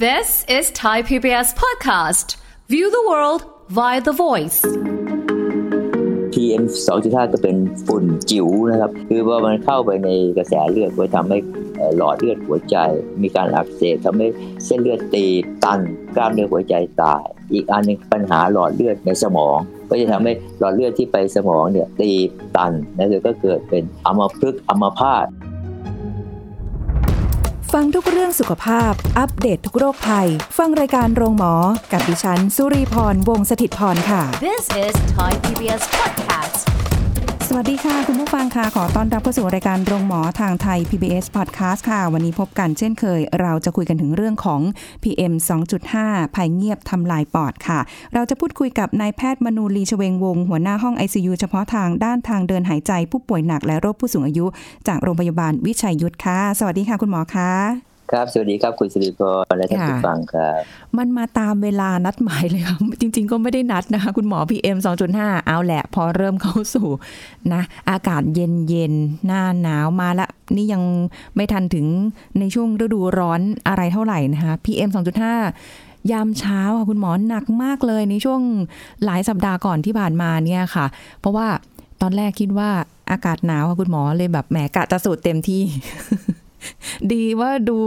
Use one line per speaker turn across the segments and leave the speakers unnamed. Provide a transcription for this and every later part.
This is Thai PBS podcast. View the world via the voice.
PM 2.5 ก็เป็นฝุ่นจิ๋วนะครับ คือว่ามันเข้าไปในกระแสเลือดก็ทำให้เอ่อหลอดเลือดหัวใจ มีการอักเสบทำให้เส้นเลือดตีบตันกล้ามเนื้อหัวใจตาย อีกอันหนึงปัญหาหลอดเลือดในสมอง ก็จะทำให้หลอดเลือดที่ไปสมองเนี่ยตีบตันแล้วก็เกิดเป็นอัมพฤกษ์อัมพาต
ฟังทุกเรื่องสุขภาพ อัปเดตททุกโรคภัย ฟังรายการโรงหมอ กับดิฉัน สุรีพร วงศิตพรค่ะ
This is Thai PBS podcast.
สวัสดีค่ะ คุณผู้ฟังค่ะ ขอต้อนรับเข้าสู่รายการโรงหมอทางไทย PBS Podcast ค่ะ วันนี้พบกันเช่นเคย เราจะคุยกันถึงเรื่องของ PM 2.5 ภัยเงียบทำลายปอดค่ะ เราจะพูดคุยกับนายแพทย์มนูลีชเวงวงศ์หัวหน้าห้อง ICU เฉพาะทางด้านทางเดินหายใจผู้ป่วยหนักและโรคผู้สูงอายุ จากโรงพยาบาลวิชัยยุทธค่ะ สวัสดีค่ะคุณหมอคะ
ครับ สวัสดีครับคุณสิริพรและท่านผู้
ค่ะ
ฟังครับ
มันมาตามเวลานัดหมายเลยค่ะ จริง ๆ ก็ไม่ได้นัดนะคะ คุณหมอ PM 2.5 เอาแหละ พอเริ่มเข้าสู่นะ อากาศเย็นเย็นๆหน้าหนาวมาละ นี่ยังไม่ทันถึงในช่วงฤดูร้อนอะไรเท่าไหร่นะคะ PM 2.5 ยามเช้าค่ะ คุณหมอหนักมากเลยในช่วงหลายสัปดาห์ก่อนที่ผ่านมาเนี่ยค่ะ เพราะว่าตอนแรกคิดว่าอากาศหนาวค่ะคุณหมอเลยแบบแหมกะจะสูดเต็มที่ ดีว่าดู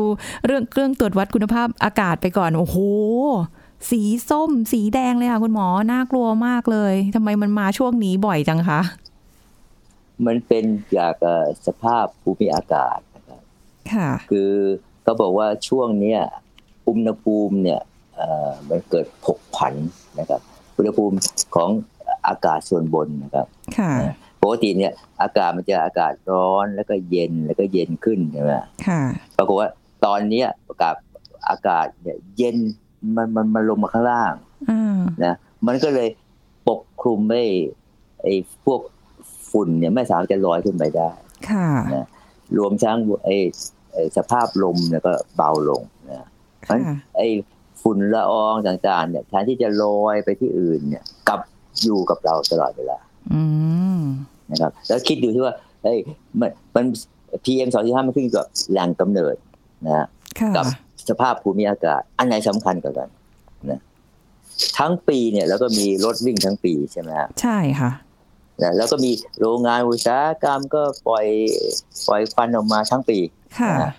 เรื่องเครื่องตรวจวัดคุณภาพอากาศไปก่อน โอ้โห สีส้ม สีแดงเลยค่ะ คุณหมอ น่ากลัวมากเลยทำไมมันมาช่วงนี้บ่อยจังคะ
มันเป็นจากเอ่อสภาพภูมิอากาศนะครับ
ค่ะ
คือเขาบอกว่าช่วงเนี้ยอุณหภูมิเนี่ยเอ่อมันเกิดผกผันนะครับอุณหภูมิของอากาศส่วนบนนะครับ
ค่ะ
ปกติเนี่ยอากาศมันจะอากาศร้อนแล้วก็เย็นแล้วก็เย็นขึ้นใช่ไหม
ค่ะ
ปรากฏว่าตอนเนี้ยอากาศอากาศเนี่ยเย็นมันมันมันลงมาข้างล่าง
อ่า
นะมันก็เลยปกคลุมไม่ไอ้พวกฝุ่นเนี่ยไม่สามารถจะลอยขึ้นไปได้
ค่ะ
รวมทั้งไอ้ไอ้สภาพลมเนี่ยก็เบาลงนะ
ค่ะ
ไอ้ฝุ่นละอองต่างๆเนี่ยแทนที่จะลอยไปที่อื่นเนี่ยกลับอยู่กับเราตลอดเวลา
อืม
นะครับ แล้วคิดดูที่ว่าเอ้ยมันมันพีเอ็มสองห้ามันขึ้นกับแหล่งกำเนิดนะฮะ
ค่ะ
กับสภาพภูมิอากาศ อันไหนสำคัญกว่ากันนะทั้งปีเนี่ยแล้วก็มีรถวิ่งทั้งปีใช่ไหมฮะ
ใช่ค่ะ
นะแล้วก็มีโรงงานอุตสาหกรรมก็ปล่อยปล่อยควันออกมาทั้งปี
ค่ะ
นะ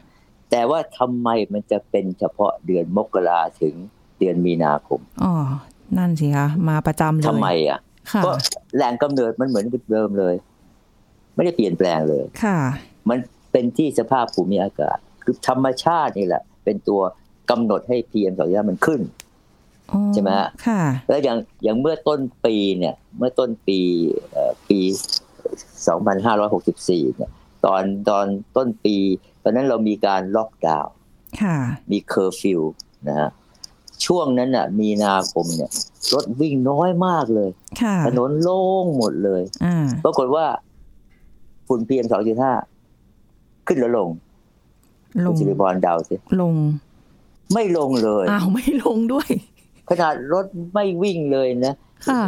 แต่ว่าทำไมมันจะเป็นเฉพาะเดือนมกราถึงเดือนมีนาคม
อ๋อ นั่นสิคะ มาประจำเลย
ทำไมอ่ะ
ค่ะ
ก็แหล่งกำเนิดมันเหมือนเดิมเลย ไม่ได้เปลี่ยนแปลงเลย
ค่ะ
มันเป็นที่สภาพภูมิอากาศ คือธรรมชาตินี่แหละ เป็นตัวกำหนดให้ PM สองย่ามันขึ้น
อ๋อ
ใช่ไหมฮะ
ค่ะ
แล้วอย่างอย่างเมื่อต้นปีเนี่ย เมื่อต้นปีเอ่อปี 2564 เนี่ย ตอนตอนต้นปี ตอนนั้นเรามีการล็อกดาวน์
ค่ะ
มีเคอร์ฟิวนะฮะช่วงนั้นน่ะมีนาคมเนี่ยรถวิ่งน้อยมากเลย
ค่ะ
ถนนโล่งหมดเลย
อ่า
ปรากฏว่าฝุ่นพีเอ็มสองจุดห้าขึ้นหรือลง
ล
คุณ
ง
สิริพรเดาสิ
ลง
ไม่ลงเลย
อ้าว ไม่ลงด้วย
ขนาดรถไม่วิ่งเลยนะ
ค่ะ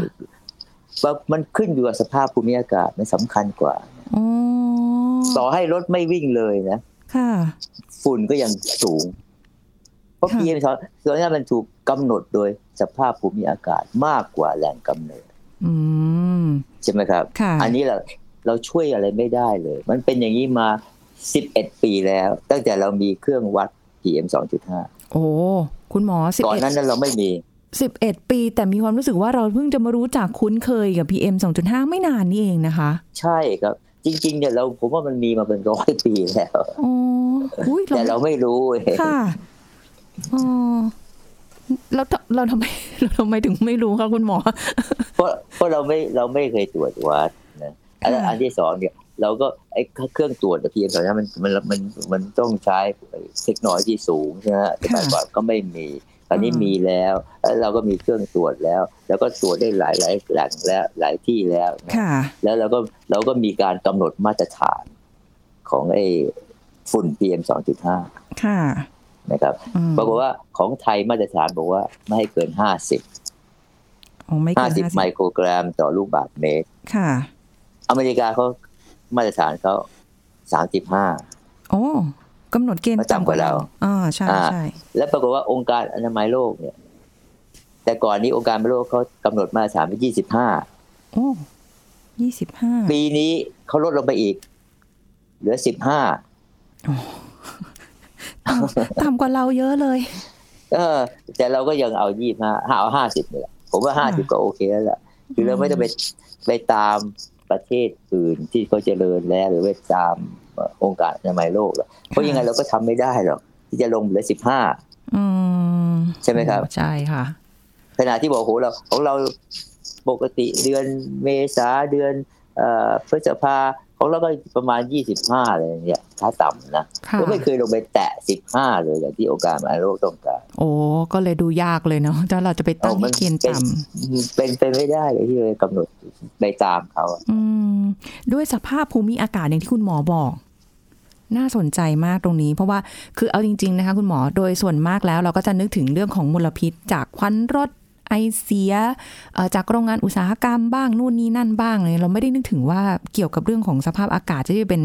ว่ามันขึ้นอยู่กับสภาพภูมิอากาศมันสำคัญกว่า
อ๋อ
ต่อให้รถไม่วิ่งเลยนะ
ค่ะ
ฝุ่นก็ยังสูง เพราะ
ค่ะ
พีเอ็มสองจุดห้ามันถูกกำหนดโดยสภาพภูมิอากาศมากกว่าแหล่งกำเนิด
อืม
ใช่ไหมครับ
ค่ะ
อันนี้เราเราช่วยอะไรไม่ได้เลย มันเป็นอย่างนี้มา 11 ปีแล้ว ตั้งแต่เรามีเครื่องวัด PM 2.5
โอ้ คุณหมอสิบ
ก่อน
เอ็ด
นั้นเราไม่มี
สิบเอ็ดปี แต่มีความรู้สึกว่าเราเพิ่งจะมารู้จักคุ้นเคยกับ PM 2.5 ไม่นานนี่เองนะคะ
ใช่ครับ จริง ๆ เนี่ยเราผมว่ามันมีมาเป็นร้อยปีแล้ว
อ๋ออุ้ย
แต่เราไม่รู้เอง
ค่ะ อ๋อ เราเราทำไม เราทำไมถึงไม่รู้คะคุณหมอ
เพราะเพราะเราไม่เราไม่เคยตรวจวัดนะอัน
ค่ะ
อันที่สองเนี่ยเราก็ไอ้เครื่องตรวจ PM 2.5มันมันมันมันต้องใช้เทคโนโลยีสูงใช่ไหมฮะแต่ก่อนก็ไม่มีตอนนี้มีแล้วแล้วเราก็มีเครื่องตรวจแล้ว แล้วก็ตรวจได้หลายหลายแหล่งแล้วหลายที่แล้วนะ
ค่ะ
แล้วเราก็เราก็มีการกำหนดมาตรฐานของไอ้ฝุ่น PM 2.5
ค่ะ
นะครับ
อืม
ปรากฏว่าของไทยมาตรฐานบอกว่าไม่ให้เกิน 50
อ๋อไม่เกิน
50 ไมโครกรัมต่อลูกบาศก์เมตร
ค่ะ
อเมริกาเขามาตรฐานเขา 35
โอ้ กำหนดเกณฑ์
มาต่ำกว่าเรา
อ่าใช่
อ่า
ใช่
และปรากฏว่าองค์การอนามัยโลกเนี่ย แต่ก่อนนี้องค์การอนามัยโลกเขากำหนดมาตรฐานไว้ยี่สิบห้า
โอ้ยี่สิบห้า
ปีนี้เขาลดลงไปอีก เหลือสิบห้า
ต่ำกว่าเราเยอะเลย
เออ แต่เราก็ยังเอายี่ห้าเอาห้าสิบนี่แหละผมว่าห้าสิบก็โอเคแล้วล่ะคือเราไม่ต้องไปไปตามประเทศอื่นที่เขาเจริญแล้ว หรือไปตามเอ่อองค์การอนามัยโลกหรอกเพราะยังไงเราก็ทำไม่ได้หรอกที่จะลงเหลือสิบห้า
อืม
ใช่ไหมครับ
ใช่ค่ะ
ขณะที่บอกโหเราของเราปกติเดือนเมษาเดือนเอ่อพฤษภาของเราก็ประมาณ 25อะไรอย่างเงี้ยถ้าต่ำนะ
ค่ะ
ก็ไม่เคยลงไปแตะ 15 เลยอย่างที่องค์การอนามัยโลกต้องการ
โอ้ก็เลยดูยากเลยเนาะถ้าเราจะไปตั้งให้เกณฑ์
เป็น
ต่ำ
เป็นเป็นไม่ได้เลยที่จะกำหนดไปตามเขาอะ
อืมด้วยสภาพภูมิอากาศอย่างที่คุณหมอบอก น่าสนใจมากตรงนี้ เพราะว่าคือเอาจริง ๆ นะคะคุณหมอโดยส่วนมากแล้วเราก็จะนึกถึงเรื่องของมลพิษ จากควันรถไอเสียเอ่อจากโรงงานอุตสาหกรรมบ้างนู่นนี่นั่นบ้างเลยเราไม่ได้นึกถึงว่าเกี่ยวกับเรื่องของสภาพอากาศจะได้เป็น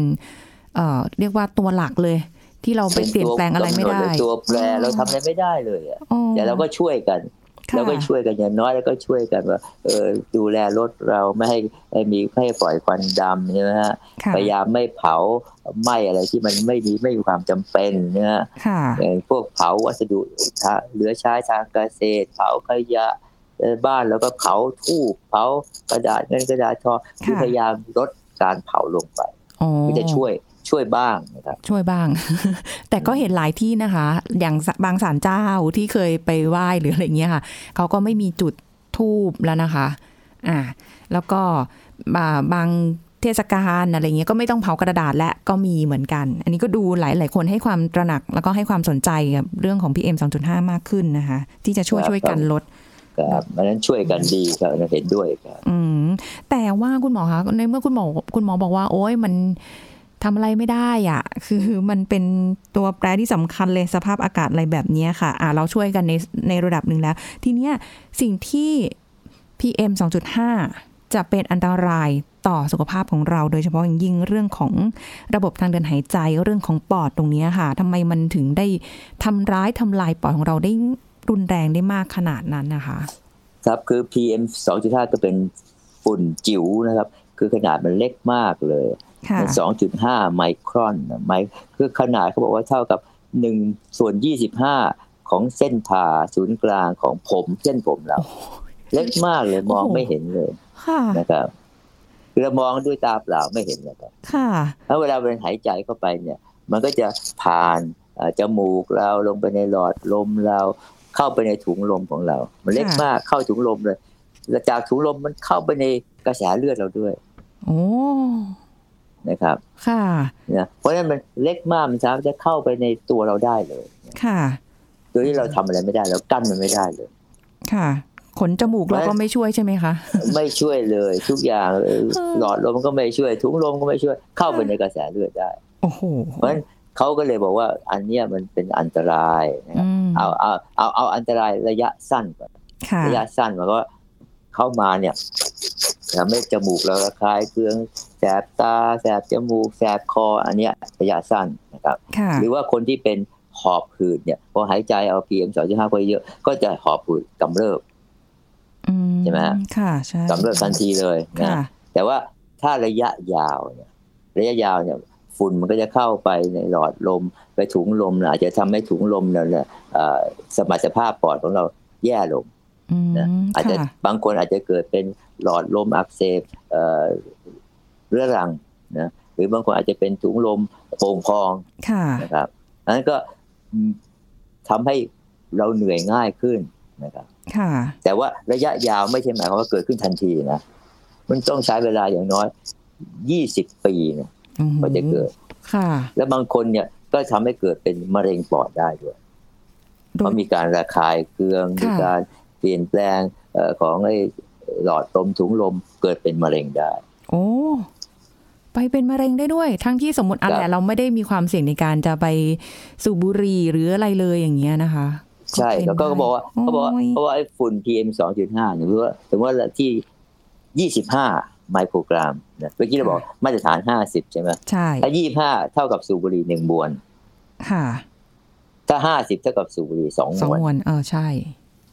เอ่อเรียกว่าตัวหลักเลย ที่เราไปเปลี่ยนแปลงอะไรไม่ได้
เป็นตัวกำหนดหรือตัวแปรเราทำอะไรไม่ได้เลยอะ
อ๋อ
แต่เราก็ช่วยกัน
ค่ะ
เราก็ช่วยกันอย่างน้อยแล้วก็ช่วยกันว่าเออดูแลรถเราไม่ให้ให้มีไม่ให้ปล่อยควันดำใช่ไหมฮะ
ค่ะ
พยายามไม่เผาไหม้อะไรที่มันไม่มีไม่มีความจำเป็นนะฮะ
ค่ะ
อย่างพวกเผาวัสดุเหลือใช้ทางเกษตร เผาขยะเอ่อบ้านแล้วก็เผาทูบเผากระดาษเงินกระดาษทอง
ค่ะ
คือพยายามลดการเผาลงไป
อ๋อ
ก็จะช่วยช่วยบ้างนะครับ
ช่วยบ้าง แต่ก็เห็นหลายที่นะคะ อย่างสบางศาลเจ้าที่เคยไปไหว้หรืออะไรเงี้ยค่ะ เขาก็ไม่มีจุดทูบแล้วนะคะ อ่า แล้วก็บาบางเทศกาลอะไรเงี้ยก็ไม่ต้องเผากระดาษและก็มีเหมือนกัน อันนี้ก็ดูหลายหลายๆคนให้ความตระหนักแล้วก็ให้ความสนใจกับเรื่องของ PM 2.5 มากขึ้นนะคะ ที่จะช่วยช่วยกันลด
ครับอันนั้นช่วยกันดีครับอันนั้นเห็นด้วยครับ
อืมแต่ว่าคุณหมอคะในเมื่อคุณหมอคุณหมอบอกว่า โอ้ยมันทำอะไรไม่ได้อะคือมันเป็นตัวแปรที่สำคัญเลยสภาพอากาศอะไรแบบเนี้ยค่ะ อ่าเราช่วยกันในในระดับหนึ่งแล้ว ทีเนี้ยสิ่งที่ PM 2.5 จะเป็นอันตรายต่อสุขภาพของเรา โดยเฉพาะอย่างยิ่งเรื่องของระบบทางเดินหายใจเรื่องของปอดตรงเนี้ยค่ะทำไมมันถึงได้ทำร้ายทำลายปอดของเราได้รุนแรงได้มากขนาดนั้นนะคะ
ครับคือ PM 2.5 ก็เป็นฝุ่นจิ๋วนะครับ คือขนาดมันเล็กมากเลย
ค่ะ
มัน2.5 ไมครอนนะไมคือขนาดเขาบอกว่าเท่ากับ 1 ส่วน 25 ของเส้นผ่าศูนย์กลางของผมเส้นผมเรา เล็กมากเลยมอง
โอ้โห
ไม่เห็นเลย
ค่ะ
นะครับคือเรามองด้วยตาเปล่าไม่เห็นนะครับ
ค่ะ
ถ้าเวลาเป็นหายใจเข้าไปเนี่ย มันก็จะผ่านเอ่อจมูกเราลงไปในหลอดลมเรา เข้าไปในถุงลมของเรา มันเล็ก
ค่ะ
มากเข้าถุงลมเลยแล้วจากถุงลมมันเข้าไปในกระแสเลือดเราด้วย
โอ้
นะครับ
ค่ะ
นะเพราะฉะนั้นมันเล็กมากมันสามารถจะเข้าไปในตัวเราได้เลย
ค่ะ
โดยที่เราทำอะไรไม่ได้เรากั้นมันไม่ได้เลย
ค่ะ ขนจมูกเราก็ไม่ช่วยใช่ไหมคะ
ไม่ช่วยเลยทุกอย่างเออ
เออ
หลอดลมก็ไม่ช่วยถุงลมก็ไม่ช่วย เข้าไปในกระแสเลือดได้
โอ้โห
เพราะฉะนั้นเขาก็เลยบอกว่าอันเนี้ยมันเป็นอันตรายนะครับ
อืม
เอาเอาเอาเอาอันตรายระยะสั้นก่อน
ค่ะ
ระยะสั้นมันก็เข้ามาเนี่ยทำให้จมูกเราระคายเคืองแสบตาแสบจมูกแสบคออันเนี้ยระยะสั้นนะครับ
ค่ะ
หรือว่าคนที่เป็นหอบหืดเนี่ยพอหายใจเอาพีเอ็มสองจุดห้าไปเยอะ ก็จะหอบหืดกำเริบ
อื
ใช่ไหมฮะ
ค่ะ ใช่
กำเริบทันทีเลยนะ
ค่ะ
แต่ว่าถ้าระยะยาวเนี่ยระยะยาวเนี่ยฝุ่นมันก็จะเข้าไปในหลอดลมไปถุงลมนะอาจจะทำให้ถุงลมเนี่ยเนี่ยเอ่อสมรรถภาพปอดของเราแย่ลง
อืม
นะอาจจะ
ค่ะ
บางคนอาจจะเกิดเป็นหลอดลมอักเสบเอ่อเรื้อรังนะหรือบางคนอาจจะเป็นถุงลมโป่งพอง
ค่ะ
นะครับอันนั้นก็อืมทำให้เราเหนื่อยง่ายขึ้นนะครับ
ค่ะ
แต่ว่าระยะยาวไม่ใช่หมายความว่าเกิดขึ้นทันทีนะ มันต้องใช้เวลาอย่างน้อย 20 ปีนะ
อืม
กว่าจะเกิด
ค่ะ
แล้วบางคนเนี่ยก็ทำให้เกิดเป็นมะเร็งปอดได้ด้วย
โด
เพ
ย
ราะมีการระคายเคือง
ค่ะ
มีการเปลี่ยนแปลงเอ่อของไอ้หลอดลมถุงลมเกิดเป็นมะเร็งได้
โอ้ ไปเป็นมะเร็งได้ด้วย ทั้งที่สมมติอะไร
ครับ
เราไม่ได้มีความเสี่ยงในการจะไปสูบบุหรี่หรืออะไรเลยอย่างเงี้ยนะคะ
ใช่
เป็น
แล้วก็เขาบอกว่า
ได้
เขาบอกว่า
โย
เขาบอกว่าไอ้ฝุ่น PM 2.5เนี่ยถือว่าถือว่าที่ 25 ไมโครกรัมนะเมื่อกี้เราบอกมาตรฐาน 50 ใช่ไหม
ใช่
ถ้า 25 เท่ากับสูบบุหรี่หนึ่งบวน
ค่ะ
ถ้าห้าสิบเท่ากับสูบบุหรี่สอง
สอ
ม
ง
วน
มวลเออใช่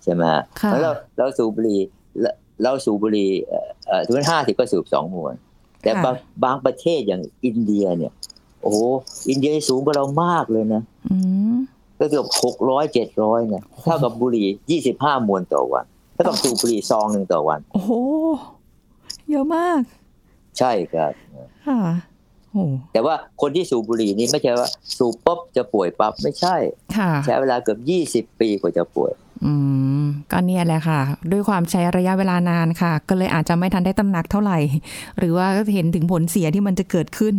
ใช่ไหมฮะ
ค่ะ
แล้วเราเราสูบบุหรี่เราเราสูบบุหรี่เอ่อเอ่อถึงห้าสิบก็สูบสองมวน แต่บางบางประเทศอย่างอินเดียเนี่ย โอ้โหอินเดียสูงกว่าเรามากเลยนะ
อืม
ก็เกือบหกร้อยเจ็ดร้อยเนี่ยเท่ากับบุหรี่ยี่สิบห้ามวนต่อวันเท่ากับสูบบุหรี่ซองหนึ่งต่อวัน
โอ้โห เยอะมาก
ใช่ครับ
ค่ะ โอ้
แต่ว่าคนที่สูบบุหรี่นี่ไม่ใช่ว่าสูบปุ๊บจะป่วยปั๊บไม่ใช่
ค่ะ
ใช้เวลาเกือบยี่สิบปีกว่าจะป่วย
อืม ก็เนี่ยแหละค่ะ ด้วยความใช้ระยะเวลานานค่ะ ก็เลยอาจจะไม่ทันได้ตำหนักเท่าไหร่ หรือว่าเห็นถึงผลเสียที่มันจะเกิดขึ้น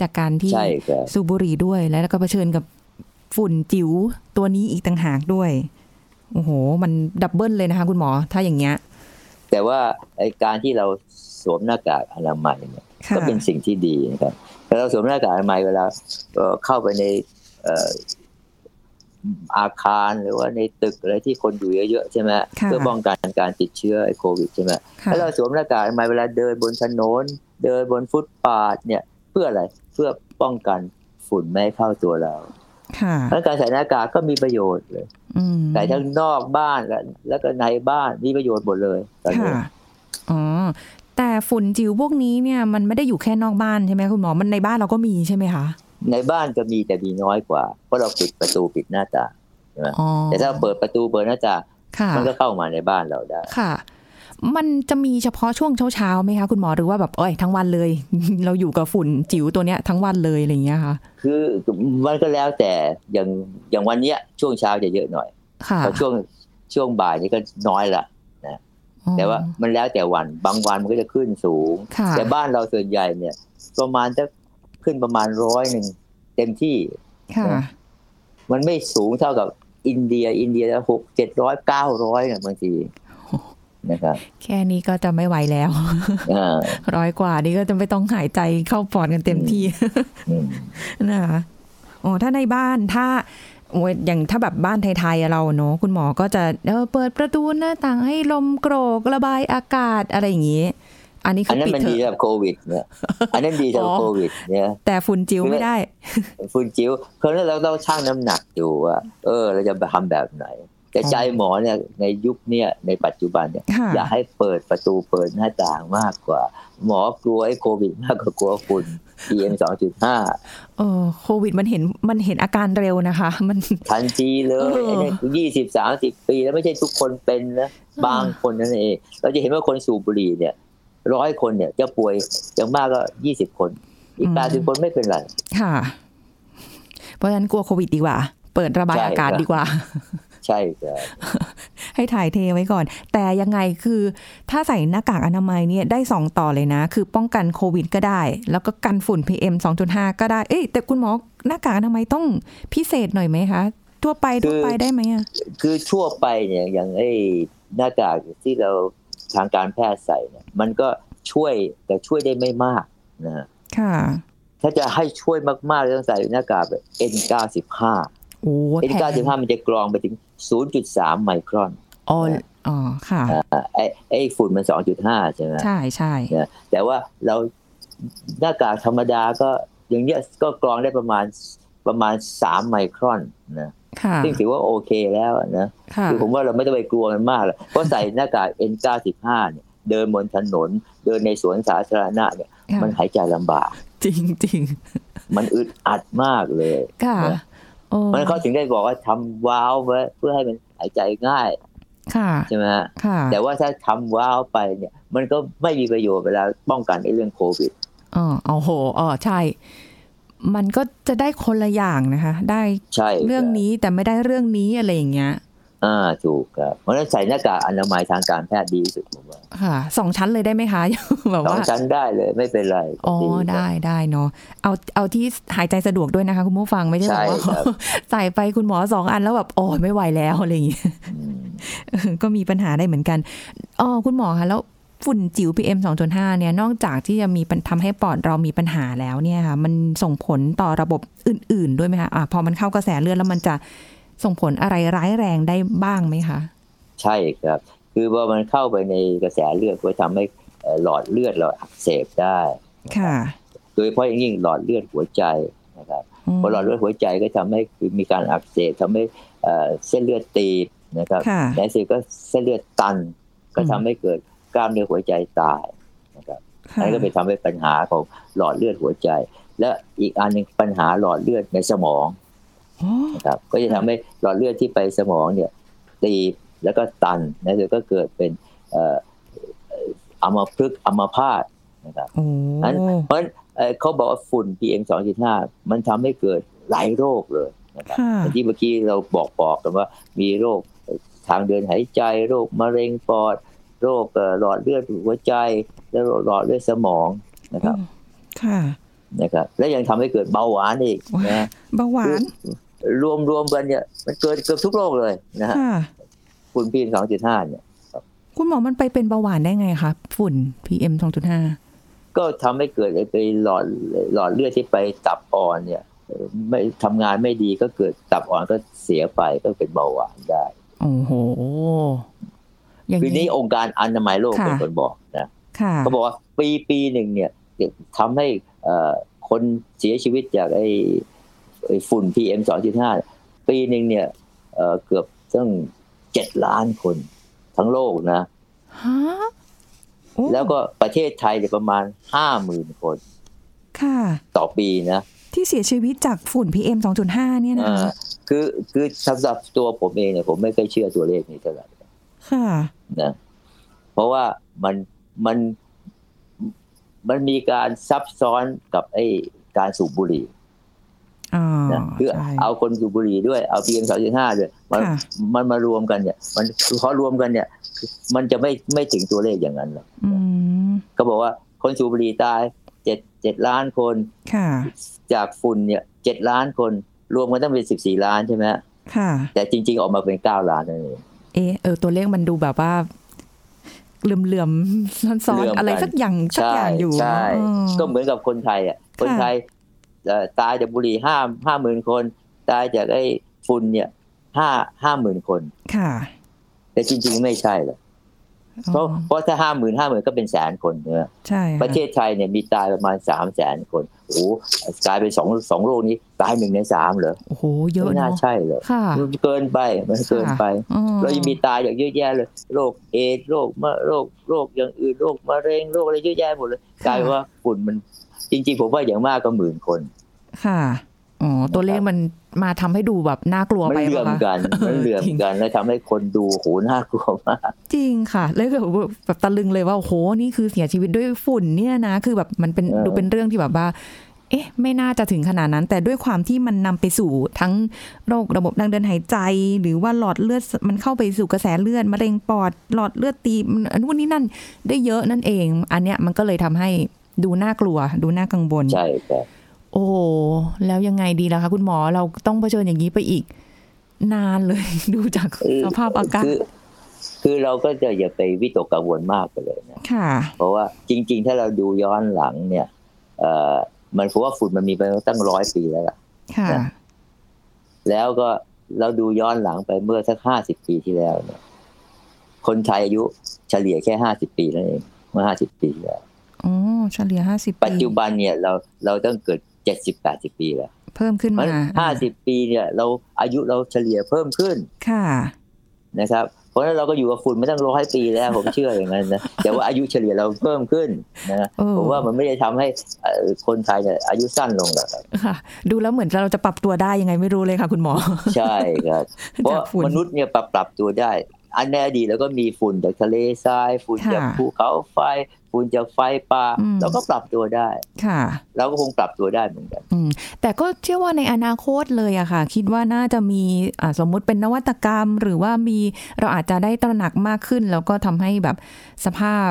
จากการที่
ใช่ครับ
สูบบุหรี่ด้วย แล้วก็เผชิญกับฝุ่นจิ๋วตัวนี้อีกต่างหากด้วย โอ้โห มันดับเบิลเลยนะคะ คุณหมอ ถ้าอย่างเงี้ย
แต่ว่าไอการที่เราสวมหน้ากากอนามัยเนี่ย
ค่ะ
ก็เป็นสิ่งที่ดีนะครับแต่เราสวมหน้ากากอนามัยเวลาเอ่อเข้าไปในเอ่ออาคารหรือว่าในตึกอะไรที่คนอยู่เยอะๆใช่ไหมฮะ
ค่ะ
เพื่อป้องกันการติดเชื้อไอโควิดใช่ไหม
ค่ะ
แล้วเราสวมหน้ากากอนามัยเวลาเดินบนถนนเดินบนฟุตปาดเนี่ยเพื่ออะไรเพื่อป้องกันฝุ่นไม่ให้เข้าตัวเรา
ค่ะ
เพราะการใส่หน้ากากก็มีประโยชน์เลย
อืม
ใส่ทั้งนอกบ้านและแล้วก็ในบ้านมีประโยชน์หมดเลยตอนนี้
ค่ะ อ๋อ แต่ฝุ่นจิ๋วพวกนี้เนี่ยมันไม่ได้อยู่แค่นอกบ้านใช่ไหมคุณหมอ มันในบ้านเราก็มีใช่ไหมคะ
ในบ้านก็มีแต่มีน้อยกว่า เพราะเราปิดประตูปิดหน้าต่าง
อ๋อ
แต่ถ้าเราเปิดประตูเปิดหน้าต่าง
ค่ะ
มันก็เข้ามาในบ้านเราได้
ค่ะ มันจะมีเฉพาะช่วงเช้าๆไหมคะคุณหมอ หรือว่าแบบเอ้ยทั้งวันเลย เราอยู่กับฝุ่นจิ๋วตัวเนี้ยทั้งวันเลยอะไรอย่างเงี้ยค่ะ
คือมันก็แล้วแต่อย่างอย่างวันเนี้ยช่วงเช้าจะเยอะหน่อย
ค่ะ
พอช่วงช่วงบ่ายนี่ก็น้อยละ แต่ว่า
อ๋อ
มันแล้วแต่วันบางวันมันก็จะขึ้นสูง
ค่ะ
แต่บ้านเราส่วนใหญ่เนี่ย ประมาณจะขึ้นประมาณร้อยหนึ่งเต็มที่
ค่ะ
มันไม่สูงเท่ากับอินเดีย อินเดียหกเจ็ดร้อยเก้าร้อยเนี่ยบางทีนะครับ
แค่นี้ก็จะไม่ไหวแล้ว
อ่า
ร้อยกว่านี่ก็จะไม่ต้องหายใจเข้าปอดกันเต็ม ที่
อืม
นะคะโอ้ถ้าในบ้านถ้าโอ้ยอย่างถ้าแบบบ้านไทยๆอะเราเนอะคุณหมอก็จะเออเปิดประตูหน้าต่างให้ลมโกรกระบายอากาศอะไรอย่างนี้ อันนี้
อั
คื
น
อ
นั้น
ปิด
มัน
เถ
ดีสำห
อะ
รับโควิดเนี่ยอันนั้นดีสำหรั
อ๋
บ
อ
โควิด เนี่ย
แต่ฝุ่นจิ๋วไม่ได้
ฝุ่นจิ๋วเพราะฉะนั้นเราต้องชั่งน้ำหนักอยู่ว่าเออ เราจะทำแบบไหน แต่ใจหมอเนี่ยในยุคเนี่ยในปัจจุบันเนี่ย
ค่ะ
อย่าให้เปิดประตูเปิดหน้าต่างมากกว่า หมอกลัวไอ้โควิดมากกว่ากลัวฝุ่น PM 2.5
เออโควิดมันเห็นมันเห็นอาการเร็วนะคะ มัน
ทันทีเลย
เออ
ไอ้เนี่ยยี่สิบสามสิบปีแล้วไม่ใช่ทุกคนเป็นนะบางคนนั่นเอง เราจะเห็นว่าคนสูบบุหรี่เนี่ยร้อยคนเนี่ยจะป่วยอย่างมากก็ยี่สิบคน อีกแปดสิบคนไม่เป็นไร
ค่ะ เพราะฉะนั้นกลัวโควิดดีกว่า เปิดระบาย
ใช่
อากาศ
ครับ
ดีกว่า
ใช่ครับ
ให้ถ่ายเทไว้ก่อน แต่ยังไงคือถ้าใส่หน้ากากอนามัยเนี่ยได้ 2 ต่อเลยนะ คือป้องกันโควิดก็ได้ แล้วก็กันฝุ่น PM 2.5 ก็ได้ เอ้ยแต่คุณหมอหน้ากากอนามัยต้องพิเศษหน่อยไหมคะ ทั่วไปทั่วไปได้ไหมอะ
คือทั่วไปเนี่ยอย่างไอ้หน้ากากที่เราทางการแพทย์ใส่เนี่ยมันก็ช่วยแต่ช่วยได้ไม่มากนะฮะ
ค่ะ
ถ้าจะให้ช่วยมากๆต้องใส่หน้ากากแบบ N95
โอ้แพง
N95 มันจะกรองไปถึง 0.3 ไมครอน
อ๋ออ๋อค่ะ
อ่ะไอ้ไอ้ฝุ่นมัน 2.5 ใช่ไหม
ใช่ใช่
นะแต่ว่าเราหน้ากากธรรมดาก็อย่างเงี้ยก็กรองได้ประมาณประมาณ 3 ไมครอนนะ
ค่ะ
ซึ่งถือว่าโอเคแล้วนะ
ค่ะ
คือผมว่าเราไม่ต้องไปกลัวมันมากหรอกเพราะใส่หน้ากาก N95 เนี่ยเดินบนถนน เดินในสวนสาธารณะเนี่ย
ค่ะ
มันหายใจลำบาก
จริงจริง
มันอึดอัดมากเลย
ค่ะโอ้
มันเขาถึงได้บอกว่าทำวาล์วไว้เพื่อให้มันหายใจง่าย
ค่ะ
ใช่ไหมฮะ
ค่ะ
แต่ว่าถ้าทำวาล์วไปเนี่ย มันก็ไม่มีประโยชน์เวลาป้องกันในเรื่องโควิด
อ๋อโอ้โหอ๋อใช่ มันก็จะได้คนละอย่างนะคะ ได้
ใช่
เรื่องนี้แต่ไม่ได้เรื่องนี้อะไรอย่างเงี้ย
อ่าถูกครับเพราะฉะนั้นใส่หน้ากากอนามัยทางการแพทย์ดีที่สุดผมว่า
ค่ะสองชั้นเลยได้ไหมคะ แบบ
สอง
ว่า
ชั้นได้เลยไม่เป็นไร
อ๋อ
ครับ
ได้ได้เนาะเอาเอาที่หายใจสะดวกด้วยนะคะ คุณผู้ฟังไม่ใช่
ใช่
แบบว่า
ครับ
ใส่ไปคุณหมอสองอันแล้วแบบโอ้ยไม่ไหวแล้วอะไรอย่างเงี้ย
อืม
เออ ก็มีปัญหาได้เหมือนกันอ๋อคุณหมอคะแล้วฝุ่นจิ๋ว PM 2.5เนี่ยนอกจากที่จะมีปัญทำให้ปอดเรามีปัญหาแล้วเนี่ยค่ะ มันส่งผลต่อระบบอื่น ๆ ด้วยไหมคะอ่ะพอมันเข้ากระแสเลือดแล้วมันจะส่งผลอะไรร้ายแรงได้บ้างไหมคะ
ใช่ครับ คือพอมันเข้าไปในกระแสเลือดก็ทำให้เอ่อหลอดเลือดเราอักเสบได้
ค่ะ
โดยเฉพาะอย่างยิ่งหลอดเลือดหัวใจนะครับ
อืม
พอหลอดเลือดหัวใจก็ทำให้มีการอักเสบทำให้เอ่อเส้นเลือดตีบนะครับ
ค่ะ
และเสร็จก็เส้นเลือดตัน ก็ทำให้เกิดกล้ามเนื้อหัวใจตายนะครับ
ค่ะ
อันนี้ก็เป็นทำให้ปัญหาของหลอดเลือดหัวใจ และอีกอันหนึงปัญหาหลอดเลือดในสมอง
โอ้
นะครับก็จะทำให้หลอดเลือดที่ไปสมองเนี่ยตีบแล้วก็ตันนะเดี๋ยวก็เกิดเป็นเอ่อเอ่ออัมพฤกษ์อัมพาตนะครับ
โอ้
อัน เพราะฉะนั้นเอ่อเขาบอกว่าฝุ่น PM 2.5 มันทำให้เกิดหลายโรคเลยนะครับ
ค่ะ
อย่างที่เมื่อกี้เราบอกบอกกันว่ามีโรคทางเดินหายใจ โรคมะเร็งปอด โรคเอ่อหลอดเลือดหัวใจ และโรคหลอดเลือดสมองนะครับ
ค่ะ
นะครับและยังทำให้เกิดเบาหวานอีกนะ
เบาหวาน
รวมรวมกันเนี่ยมันเกินเกือบทุกโรคเลยนะฮะ
ค่ะ
ฝุ่น PM 2.5เนี่ย
คุณหมอมันไปเป็นเบาหวานได้ไงคะฝุ่น PM 2.5
ก็ทำให้เกิดไอ้ไปหลอดหลอดเลือดที่ไปตับอ่อนเนี่ยเอ่อไม่ทำงานไม่ดีก็เกิดตับอ่อนก็เสียไปก็เป็นเบาหวานได้
โอ้โห อย่าง
คือนี่
นี้
องค์การอนามัยโลก
ค่ะ
เป็นคนบอกนะ
ค่ะ
เขาบอกว่าปีปีหนึ่งเนี่ยทำให้เอ่อคนเสียชีวิตจากไอ้ไอ้ฝุ่น PM 2.5 ปีหนึ่งเนี่ยเอ่อเกือบตั้งเจ็ดล้านคนทั้งโลกนะ
ฮะโอ้
แล้วก็ประเทศไทยเนี่ยประมาณห้าหมื่นคน
ค่ะ
ต่อปีนะ
ที่เสียชีวิตจากฝุ่น PM 2.5 เนี่ยนะ
อ่า
คะ
คือคือสำหรับตัวผมเองเนี่ยผมไม่เคยเชื่อตัวเลขนี้เท่าไหร่
ค่ะ
นะเพราะว่ามันมันมันมีการซับซ้อนกับไอ้การสูบบุหรี่
อ๋อ
นะคือ
ใช่
เอาคนสูบบุหรี่ด้วยเอาพีเอ็มสองจุดห้าด้วยมัน
ค่ะ
มันมารวมกันเนี่ย มันพอรวมกันเนี่ย มันจะไม่ไม่ถึงตัวเลขอย่างนั้นหรอก
อืม
ก็บอกว่าคนสูบบุหรี่ตายเจ็ดเจ็ดล้านคน
ค่ะ
จากฝุ่นเนี่ยเจ็ดล้านคน รวมกันต้องเป็นสิบสี่ล้านใช่ไหมฮะ
ค่ะ
แต่จริง ๆ ออกมาเป็นเก้าล้านนั่นเอง
เอะเออ ตัวเลขมันดูแบบว่าเหลื่อมๆซ้อน
เหลื่อ
ๆ
ม
อะไร
กัน
สักอย่างสักอย่างอยู่
ใช่
เนอะ
ก็เหมือนกับคนไทยอ่ะคนไทยเอ่อตายจากบุหรี่ห้าห้าหมื่นคน ตายจากไอ้ฝุ่นเนี่ยห้าห้าหมื่นคน
ค่ะ
แต่จริง ๆ ไม่ใช่หรอกเพราะ
อ๋อ
เพราะถ้าห้าหมื่นห้าหมื่นก็เป็นแสนคนเนะ
ใช่ค่
ประเทศไทยเนี่ยมีตายประมาณสามแสนคนโอ้โหกลายเป็นสองสองโรคนี้ตายหนึ่งในสามเหรอ
โอ้โห เยอะ
ไม่น่า
เนาะ
ใช่เลย
ค่ะ
มันเกินไปมันเกินไป
อ๋อ
เรายังมีตายอย่างเยอะแยะเลยโรคเอดส์โรคมะโรคโรคอย่างอื่นโรคมะเร็งโรคอะไรเยอะแยะหมดเลยกลายเป็นว่าฝุ่นมันจริง ๆ ผมว่าอย่างมากก็หมื่นคน
ค่ะอ๋อตัวเลขมันมาทำให้ดูแบบน่ากลัว
มั
ไป
เหลื่อม
ปะคะ
กันมันเหลื่อมกันแล้วทำให้คนดูโหน่ากลัวมาก
จริงค่ะเลยแบบแบบตะลึงเลยว่าโอ้โหนี่คือเสียชีวิตด้วยฝุ่นเนี่ยนะ คือแบบมันเป็นดูเป็นเรื่องที่แบบว่า เอ๊ะ ไม่น่าจะถึงขนาดนั้น แต่ด้วยความที่มันนำไปสู่ทั้งโรคระบบทางเดินหายใจ หรือว่าหลอดเลือดมันเข้าไปสู่กระแสเลือดมะเร็งปอด หลอดเลือดตีบมันอันนู่นนี่นั่น ได้เยอะนั่นเอง อันเนี้ยมันก็เลยทำให้ดูน่ากลัว ดูน่ากังวล
ใช่แต่
โอ้โหแล้วยังไงดีล่ะคะคุณหมอเราต้องเผชิญอย่างนี้ไปอีก นานเลย ดูจากสภาพอากาศ
คือคือเราก็จะอย่าไปวิตกกังวลมากไปเลยนะ
ค่ะ
เพราะว่าจริง ๆ ถ้าเราดูย้อนหลังเนี่ยเอ่อมันผมว่าฝุ่นมันมีมาตั้งร้อยปีแล้วล่ะ
ค่ะ
แล้วก็เราดูย้อนหลังไปเมื่อสักห้าสิบปีที่แล้วเนี่ยคนไทยอายุเฉลี่ยแค่ห้าสิบปีนั่นเองเมื่อห้าสิบปีที่แล้ว
อ๋อเฉลี่ยห้าสิบ
ปัจจุบันเนี่ยเราเราต้องเกิดเจ็ดสิบแปดสิบปีแล้ว
เพิ่มขึ้น
เพราะ
มา
ฉะนั้นห้าสิบปีเนี่ย เราอายุเราเฉลี่ยเพิ่มขึ้น
ค่ะ
นะครับ เพราะฉะนั้นเราก็อยู่กับฝุ่นมาตั้งร้อยปีแล้ว ผมเชื่ออย่างนั้นนะแต่ว่าอายุเฉลี่ยเราเพิ่มขึ้นนะ
เออ
ผมว่ามันไม่ได้ทำให้เอ่อคนไทยเนี่ยอายุสั้นลงหรอกครับ
ค่ะ ดูแล้วเหมือนเราจะปรับตัวได้ยังไงไม่รู้เลยค่ะคุณหมอ
ใช่ครับ เพ
จา
ราะ
กฝุ่น
มนุษย์เนี่ยปรับปรับตัวได้ อันในอดีตเราก็มีฝุ่นจากทะเลทราย ฝุ่น
ค่ะ
จากภูเขาไฟ ฝุ่นจากไฟป่า
อืม
เราก็ปรับตัวได้
ค่ะ
เราก็คงปรับตัวได้เหมือนกัน
อืมแต่ก็เชื่อว่าในอนาคตเลยอะค่ะ คิดว่าน่าจะมีอ่าสมมุติเป็นนวัตกรรม หรือว่ามีเราอาจจะได้ตระหนักมากขึ้น แล้วก็ทำให้แบบสภาพ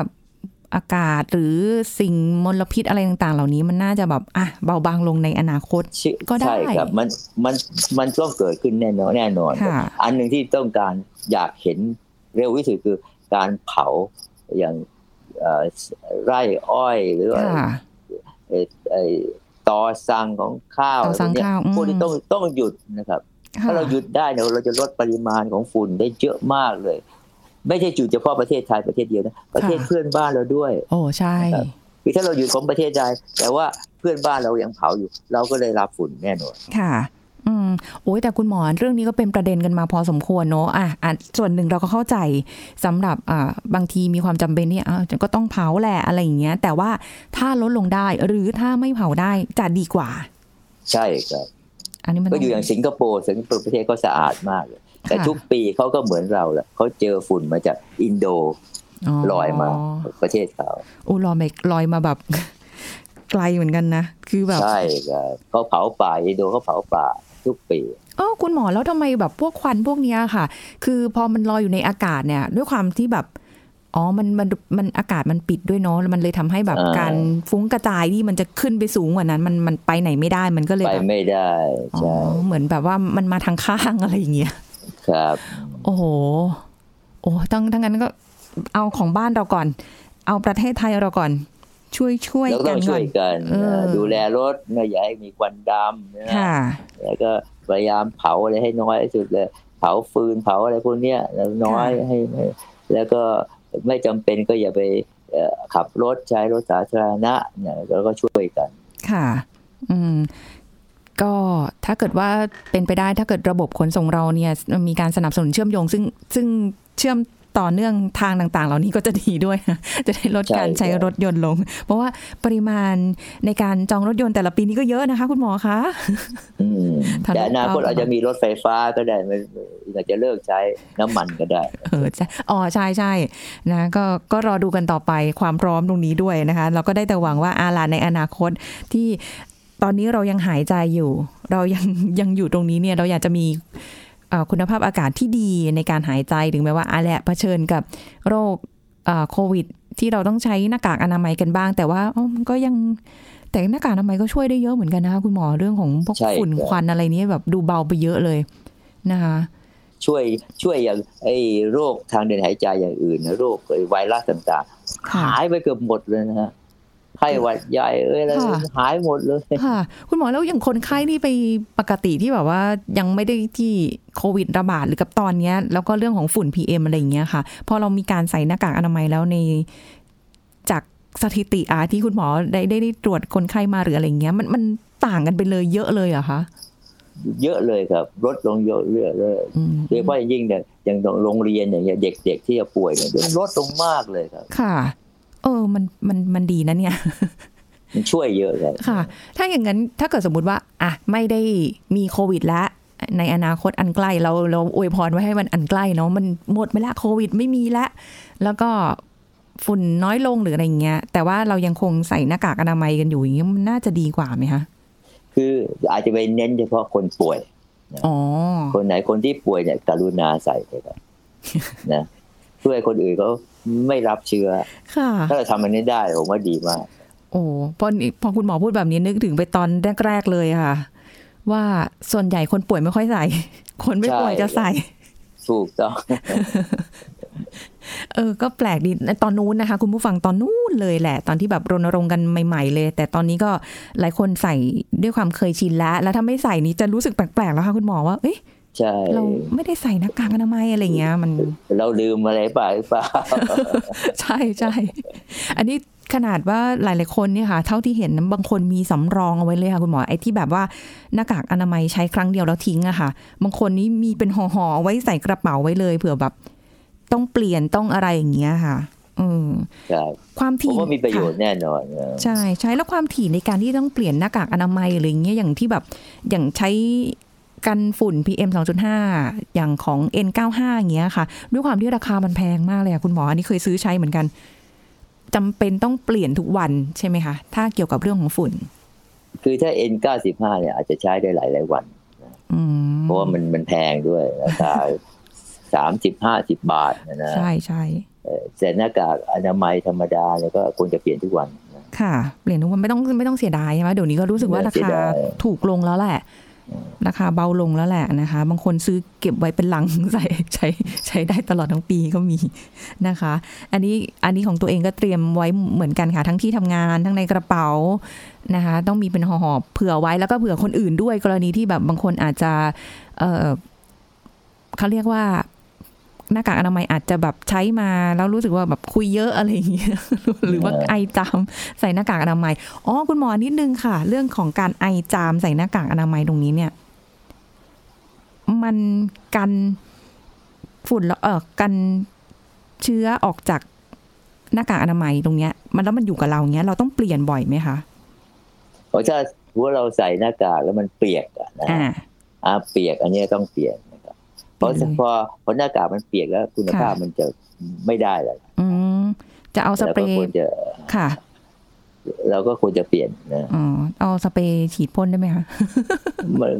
อากาศหรือสิ่งมลพิษอะไรต่างๆ เหล่านี้มันน่าจะแบบอ่ะเบาบางลงในอนาคต
ใช่
ก็ได้
ใช่ครับมันมันมันต้องเกิดขึ้นแน่นอนแน่นอน
ค่ะ
อันหนึ่งที่ต้องการอยากเห็นเร็วที่สุดคือการเผาอย่างเอ่อไร่อ้อยหรือว่า
ค่ะ
ไอ้ไอ้ตอสั่งของข้าว
ต่อสั่ง
เนี่ย
ข้าวอืม
พวกนี้ต้องต้องหยุดนะครับ
ค่ะ
ถ้าเราหยุดได้เนี่ยเราจะลดปริมาณของฝุ่นได้เยอะมากเลย ไม่ใช่จุดเฉพาะประเทศไทยประเทศเดียวนะ ประเทศเพื่อนบ้านเราด้วย
โอ้ใช่
นะครับ คือถ้าเราอยู่ของประเทศใดแต่ว่าเพื่อนบ้านเรายังเผาอยู่ เราก็เลยรับฝุ่นแน่นอน
ค่ะ อืม โอ้ยแต่คุณหมอเรื่องนี้ก็เป็นประเด็นกันมาพอสมควรเนอะอ่ะอ่ะส่วนหนึ่งเราก็เข้าใจสำหรับอ่าบางทีมีความจำเป็นเนี่ยอ้าวก็ต้องเผาแหละอะไรอย่างเงี้ย แต่ว่าถ้าลดลงได้หรือถ้าไม่เผาได้จะดีกว่า
ใช่ครับ
อันนี้มัน
ก็อยู่อย่าง
ต้
สิงคโปร์สิงคโปร์ประเทศเขาสะอาดมากเลยแต่
ค่ะ
ทุกปีเขาก็เหมือนเราแหละเขาเจอฝุ่นมาจากอินโดลอยมาประเทศเขา
โอ้ลอยมาลอยมาแบบ ไกลเหมือนกันนะ คือแบบ
ใช่ครับเขาเผาป่าอินโดเขาเผาป่าทุกปี
เออคุณหมอแล้วทำไมแบบพวกควันพวกเนี้ยค่ะ คือพอมันลอยอยู่ในอากาศเนี่ย ด้วยความที่แบบอ๋อมันมันมันอากาศมันปิดด้วยเนาะแล้วมันเลยทำให้แบบ
อ่า
การฟุ้งกระจายที่มันจะขึ้นไปสูงกว่านั้น มันมันไปไหนไม่ได้มันก็เลย
ไป
แบบ
ไม่ได้
อ๋อ
ใช่
เหมือนแบบว่ามันมาทางข้าง อะไรอย่างเงี้ย
ครับ
โอ้โหโอ้ทั้งทั้งนั้นก็เอาของบ้านเราก่อน เอาประเทศไทยเราก่อน ช่วยช่วย
เรา
กั
ต้อน งช่
ก่
ว
อ
น ยกัน
เออ
เอ่อดูแลรถไม่อย่าให้มีควันดำนะ
ค่ะ
แล้วก็พยายามเผาอะไรให้น้อยที่สุดเลยเผาฟืนเผาอะไรพวกเนี้ยแล้วน้อย
ค่ะ
ให้ให้แล้วก็ไม่จำเป็นก็อย่าไปเอ่อขับรถใช้รถสาธารณะเนี่ยแล้วก็ช่วยกัน
ค่ะ อืม ก็ถ้าเกิดว่าเป็นไปได้ถ้าเกิดระบบขนส่งเราเนี่ย มีการสนับสนุนเชื่อมโยง ซึ่งซึ่งเชื่อมต่อเนื่องทางต่าง ๆ เหล่านี้ก็จะดีด้วย จะได้ลดการ
ใช่
ใช้
ใช่
รถยนต์ลง เพราะว่าปริมาณในการจองรถยนต์แต่ละปีนี้ก็เยอะนะคะ คุณหมอคะ
อืม
ทำ
แต่อนาคต
ได้
อาจจะมีรถไฟฟ้าก็ได้ไม่อาจจะเลิกใช้น้ำมันก็ได้
เออใช่อ๋อใช่ใช่นะก็ก็รอดูกันต่อไปความพร้อมตรงนี้ด้วยนะคะ เราก็ได้แต่หวังว่าอาลาในอนาคตที่ตอนนี้เรายังหายใจอยู่ เรายัง ยังอยู่ตรงนี้เนี่ยเราอยากจะมีเอ่อคุณภาพอากาศที่ดีในการหายใจถึงแม้ว่าอาแหละเผชิญกับโรคเอ่อโควิด ที่เราต้องใช้หน้ากากอนามัยกันบ้าง แต่ว่าเอ้ามันก็ยังแต่หน้ากากอนามัยก็ช่วยได้เยอะเหมือนกันนะคะคุณหมอเรื่องของพวก
ใช่
ฝุ่น
ครับ
ควันอะไรเนี้แบบดูเบาไปเยอะเลยนะคะ
ช่วยช่วยอย่างไอ้โรคทางเดินหายใจอย่างอื่นนะโรคไอ้ไวรัสต่างๆ
ค่ะ
หายไปเกือบหมดเลยนะฮะไข้หวัดใหญ่เอ้ยอะไร
ค่ะ
หายหมดเลย
ค่ะ คุณหมอแล้วอย่างคนไข้ที่ไปปกติที่แบบว่ายังไม่ได้ที่โควิดระบาดหรือกับตอนเนี้ย แล้วก็เรื่องของฝุ่น PM อะไรอย่างเงี้ยค่ะ พอเรามีการใส่หน้ากากอนามัยแล้วในจากสถิติอาที่คุณหมอได้ได้ได้ตรวจคนไข้มาหรืออะไรอย่างเงี้ยมันมันต่างกันไปเลยเยอะเลยเหรอะคะ
เยอะเลยครับลดลงเยอะเรื่อยเลย
อืม
โดยเฉพาะอย่างยิ่งเนี่ยอย่างโรงเรียนอย่างเงี้ยเด็ก ๆ ที่จะป่วยเนี่ยลดลงมากเลยครับ
ค่ะ เออมันมันมันดีนะเนี่ย
มันช่วยเยอะครับ
ค่ะ ถ้าอย่างนั้นถ้าเกิดสมมุติว่าอ่ะไม่ได้มีโควิดแล้ว ในอนาคตอันใกล้เราเราอวยพรไว้ให้มันอันใกล้เนาะมันหมดไปละโควิดไม่มีละ แล้วก็ฝุ่นน้อยลงหรืออะไรอย่างเงี้ย แต่ว่าเรายังคงใส่หน้ากากอนามัยกันอยู่อย่างเงี้ยมันน่าจะดีกว่าไหมคะ
คืออาจจะไปเน้นเฉพาะคนป่วย
อ๋อ
คนไหนคนที่ป่วยเนี่ยกรุณาใส่เถอะครับนะช่วยคนอื่นเขาไม่รับเชื้อ
ค่ะ
ถ้าเราทำมันนี้ได้ผมว่าดีมาก
โอ้พอพอคุณหมอพูดแบบนี้นึกถึงไปตอนแรก ๆ เลยค่ะ ว่าส่วนใหญ่คนป่วยไม่ค่อยใส่ คนไม่ป่วยจะใส่
ถูกต้อง
เออ ก็แปลกดี ตอนนู้นนะคะ คุณผู้ฟังตอนนู้นเลยแหละ ตอนที่แบบรณรงค์กันใหม่ ๆ เลย แต่ตอนนี้ก็หลายคนใส่ด้วยความเคยชินแล้ว แล้วถ้าไม่ใส่นี้จะรู้สึกแปลกๆแล้วค่ะคุณหมอว่า เอ๊ะ
ใช่
เราไม่ได้ใส่หน้ากากอนามัยอะไรเงี้ย มัน
เราลืมอะไรไปหรือเปล่า
ใช่ใช่อันนี้ขนาดว่าหลาย ๆ คนเนี่ยค่ะ เท่าที่เห็นนะบางคนมีสำรองเอาไว้เลยค่ะคุณหมอ ไอ้ที่แบบว่าหน้ากากอนามัยใช้ครั้งเดียวแล้วทิ้งอะค่ะ บางคนนี่มีเป็นห่อๆเอาไว้ใส่กระเป๋าไว้เลย เผื่อแบบ ต้องเปลี่ยนต้องอะไรอย่างเงี้ยค่ะอืม
ครับ
ความ
ผม
ถี่
ว่ามีประโยชน์
ค่
แน่นอนนะ
ใช่ใช่แล้วความถี่ในการที่ต้องเปลี่ยนหน้ากากอนามัยหรืออย่างเงี้ยอย่างที่แบบอย่างใช้กันฝุ่น PM 2.5 อย่างของ N95 อย่างเงี้ยค่ะ ด้วยความที่ราคามันแพงมากเลยอะคุณหมออันนี้เคยซื้อใช้เหมือนกันจำเป็นต้องเปลี่ยนทุกวันใช่ไหมคะ ถ้าเกี่ยวกับเรื่องของฝุ่น
คือถ้า N95 เนี่ยอาจจะใช้ได้หลายหลายๆวัน
อืม
เพราะว่ามันมันแพงด้วยราคาสามสิบห้าสิบบาทนะนะ
ใช่ใช่
เออแต่หน้ากากอนามัยธรรมดาเนี่ยก็ควรจะเปลี่ยนทุกวันนะ
ค่ะ เปลี่ยนทุกวันไม่ต้องไม่ต้องเสียดายใช่ไหมเดี๋ยวนี้ก็รู้สึกว่า
ไม่
รา
เสีย
คา
ดาย
ถูกลงแล้วแหละ ราคาเบาลงแล้วแหละนะคะ บางคนซื้อเก็บไว้เป็นลัง ใส่ใช้ใช้ได้ตลอดทั้งปีก็มีนะคะ อันนี้อันนี้ของตัวเองก็เตรียมไว้เหมือนกันค่ะ ทั้งที่ทำงานทั้งในกระเป๋านะคะ ต้องมีเป็นห่อๆเผื่อไว้แล้วก็เผื่อคนอื่นด้วย กรณีที่แบบบางคนอาจจะ เออเขาเรียกว่า หน้ากากอนามัยอาจจะแบบใช้มาแล้วรู้สึกว่าแบบคุยเยอะอะไรอย่างเงี้ย หรือว่าไอจามใส่หน้ากากอนามัยอ๋อคุณหมอนิดนึงค่ะ เรื่องของการไอจามใส่หน้ากากอนามัยตรงนี้เนี่ย มันกันฝุ่นละเออกันเชื้อออกจากหน้ากากอนามัยตรงเนี้ย มันแล้วมันอยู่กับเราเงี้ยเราต้องเปลี่ยนบ่อยไหมคะ
เพราะถ้าว่าเราใส่หน้ากากแล้วมันเปียกอะนะ
อ่า
อ่าเปียกอันเนี้ยต้องเปลี่ยนนะครับเพราะ
อืม
พอพอหน้ากากมันเปียกแล้วคุณภาพ
ค่ะ
มันจะไม่ได้แล้ว
อืมจะเอาส
เรา
เปร
ก็ควร
ย์
จะ
ค่ะ
เราก็ควรจะเปลี่ยนนะ
อ๋อเอาสเปรย์ฉีดพ่นได้ไหมคะ
มัน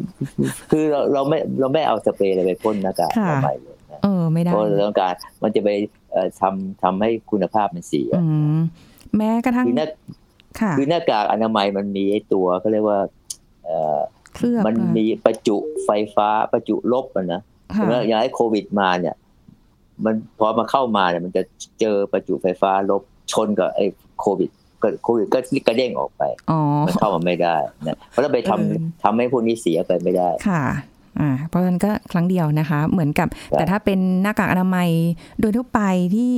คือเราเราไม่เราไม่เอาสเปรย์อะไรไปพ่นหน้ากาก
ค่ะ
อนามัยเลยนะ
เออไม่ได้
เพราะเราต้องการมันจะไปเอ่อทำทำให้คุณภาพมันเสีย
อืมแม้กระทั่ง
คือหน้า
ค่ะ
คือหน้ากากอนามัยมันมีไอ้ตัวเขาเรียกว่าเอ่อ
เคลือบ
มันมีประจุไฟฟ้าประจุลบอะนะ
ค่ะ
แล้วอย่างไอ้โควิดมาเนี่ย มันพอมาเข้ามาเนี่ยมันจะเจอประจุไฟฟ้าลบชนกับไอ้โควิดก็โควิดก็กระเด้งออกไป
อ๋อ
มันเข้ามาไม่ได้นะเพราะเราไปทำ
เออ
ทำให้พวกนี้เสียไปไม่ได้
ค่ะ อ่า เพราะฉะนั้นก็ครั้งเดียวนะคะ เหมือนกับ แต่ถ้าเป็นหน้ากากอนามัยโดยทั่วไปที่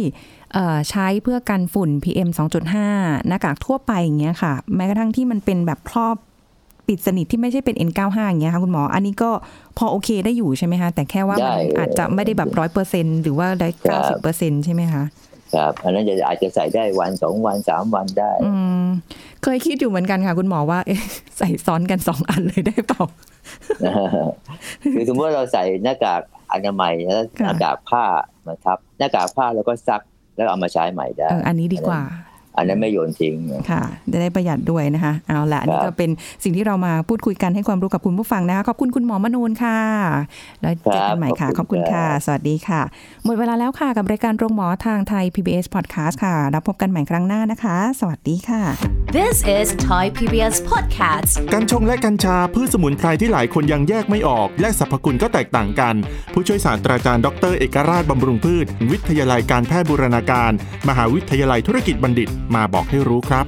เอ่อใช้เพื่อกันฝุ่น PM 2.5 หน้ากากทั่วไปอย่างเงี้ยค่ะ แม้กระทั่งที่มันเป็นแบบครอบปิดสนิทที่ไม่ใช่เป็น N95 อย่างเงี้ยค่ะคุณหมอ อันนี้ก็พอโอเคได้อยู่ใช่ไหมคะ แต่แค่ว่ามัน
ได้
อาจจะไม่ได้แบบร้อยเปอร์เซ็นหรือว่าได้
ครั
เก้าสิบบ เปอร์เซ็นใช่ไหมคะ
ครับอันนั้นจะอาจจะใส่ได้วันสองวันสามวันได้
อืมเคยคิดอยู่เหมือนกันค่ะ คุณหมอว่า เอ๊ะใส่ซ้อนกันสองอันเลยได้เปล่า
คือสมมติว่าเราใส่หน้ากากอนามัยแล้วห
ค่ะ
น้ากากผ้ามาทับหน้ากากผ้าแล้วก็ซักแล้วเอามาใช้ใหม่ได้
เอออันนี้ดีกว่า
อันนั้นไม่โยนทิ้งนะ
ค่ะจะได้ประหยัดด้วยนะคะ เอาละอันนี่
ครับ
ก็เป็นสิ่งที่เรามาพูดคุยกันให้ความรู้กับคุณผู้ฟังนะคะ ขอบคุณคุณหมอมนูนค่ะ แล้วเจอกันใหม่ค่ะ ขอบคุณค่ะ สวัสดีค่ะ หมดเวลาแล้วค่ะ กับรายการโรงหมอทางไทย PBS Podcast ค่ะ รับพบกันใหม่ครั้งหน้านะคะ สวัสดีค่ะ
This is Thai PBS Podcast.
กัญชงและกัญชาพืชสมุนไพรที่หลายคนยังแยกไม่ออก และสรรพคุณก็แตกต่างกัน ผู้ช่วยศาสตราจารย์ดรเอกราชบำรุงพืช วิทยาลัยการแพทย์บูรณาการ มหาวิทยาลัยธุรกิจบัณฑิตมาบอกให้รู้ครับ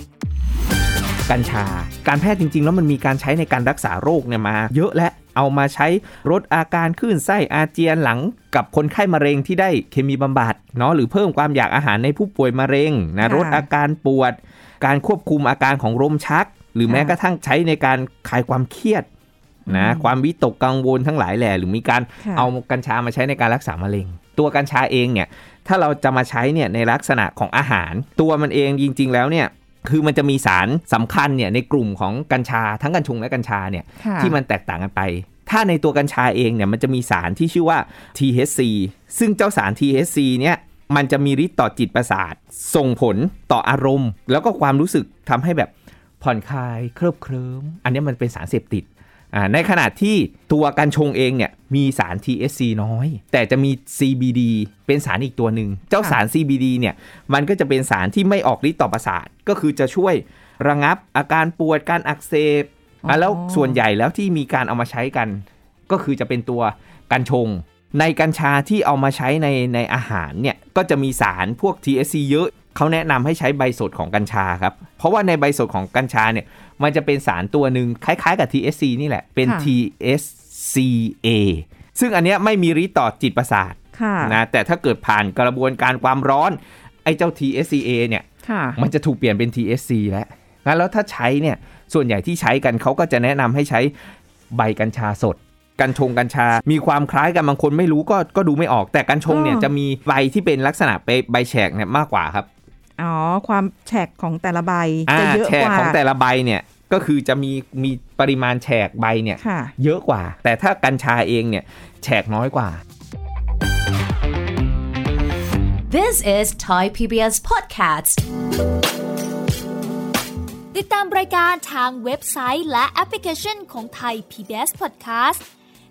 กัญชา การแพทย์จริง ๆ แล้วมันมีการใช้ในการรักษาโรคเนี่ยมา เยอะและเอามาใช้ลดอาการคลื่นไส้อาเจียนหลังกับคนไข้มะเร็งที่ได้เคมีบำบัดเนาะหรือเพิ่มความอยากอาหารในผู้ป่วยมะเร็งนะ
ค่ะ
ลดอาการปวด การควบคุมอาการของลมชัก หรือแม้
ค่ะ
กระทั่งใช้ในการคลายความเครียดนะความวิตกกังวลทั้งหลายแหล่หรือมีการ
ค่ะ
เอากัญชามาใช้ในการรักษามะเร็ง ตัวกัญชาเองเนี่ย ถ้าเราจะมาใช้เนี่ยในลักษณะของอาหาร ตัวมันเองจริง ๆ แล้วเนี่ย คือมันจะมีสารสำคัญเนี่ยในกลุ่มของกัญชา ทั้งกัญชงและกัญชาเนี่ย
ค่ะ
ที่มันแตกต่างกันไป ถ้าในตัวกัญชาเองเนี่ยมันจะมีสารที่ชื่อว่า THC ซึ่งเจ้าสาร THC เนี่ยมันจะมีฤทธิ์ต่อจิตประสาท ส่งผลต่ออารมณ์ แล้วก็ความรู้สึกทำให้แบบผ่อนคลาย เคลิบเคลิ้ม อันเนี้ยมันเป็นสารเสพติดอ่าในขณะที่ตัวกัญชงเองเนี่ยมีสาร THC น้อย แต่จะมี CBD เป็นสารอีกตัวหนึ่ง เจ้าสาร CBD เนี่ยมันก็จะเป็นสารที่ไม่ออกฤทธิ์ต่อประสาท ก็คือจะช่วยระงับอาการปวด การอักเสบ อ่ะแล้วส่วนใหญ่แล้วที่มีการเอามาใช้กัน ก็คือจะเป็นตัวกัญชง ในกัญชาที่เอามาใช้ในในอาหารเนี่ยก็จะมีสารพวก THC เยอะเขาแนะนำให้ใช้ใบสดของกัญชาครับ เพราะว่าในใบสดของกัญชาเนี่ยมันจะเป็นสารตัวหนึ่งคล้ายๆกับ THC นี่แหละเป็น
ค่ะ
TSCA ซึ่งอันเนี้ยไม่มีฤทธิ์ต่อจิตประสาท
ค่ะ
นะแต่ถ้าเกิดผ่านกระบวนการความร้อนไอ้เจ้า TSCA เนี่ย
ค่ะ
มันจะถูกเปลี่ยนเป็น TSC แล้ว งั้นแล้วถ้าใช้เนี่ย ส่วนใหญ่ที่ใช้กันเขาก็จะแนะนำให้ใช้ใบกัญชาสด กัญชงกัญชา มีความคล้ายกันบางคนไม่รู้ก็ก็ดูไม่ออก แต่กัญชงเนี่ย
อ๋อ
จะมีใบที่เป็นลักษณะใบใบแฉกเนี่ยมากกว่าครับ
อ๋อความแฉกของแต่ละใบ
อ่า
จะเยอะ
แฉ
ก
ก
ว่า
ของแต่ละใบเนี่ยก็คือจะมีมีปริมาณแฉกใบเนี่ย
ค่ะ
เยอะกว่า แต่ถ้ากัญชาเองเนี่ยแฉกน้อยกว่า
This is Thai PBS Podcast.
ติดตามรายการทางเว็บไซต์และแอปพลิเคชันของไทย PBS Podcast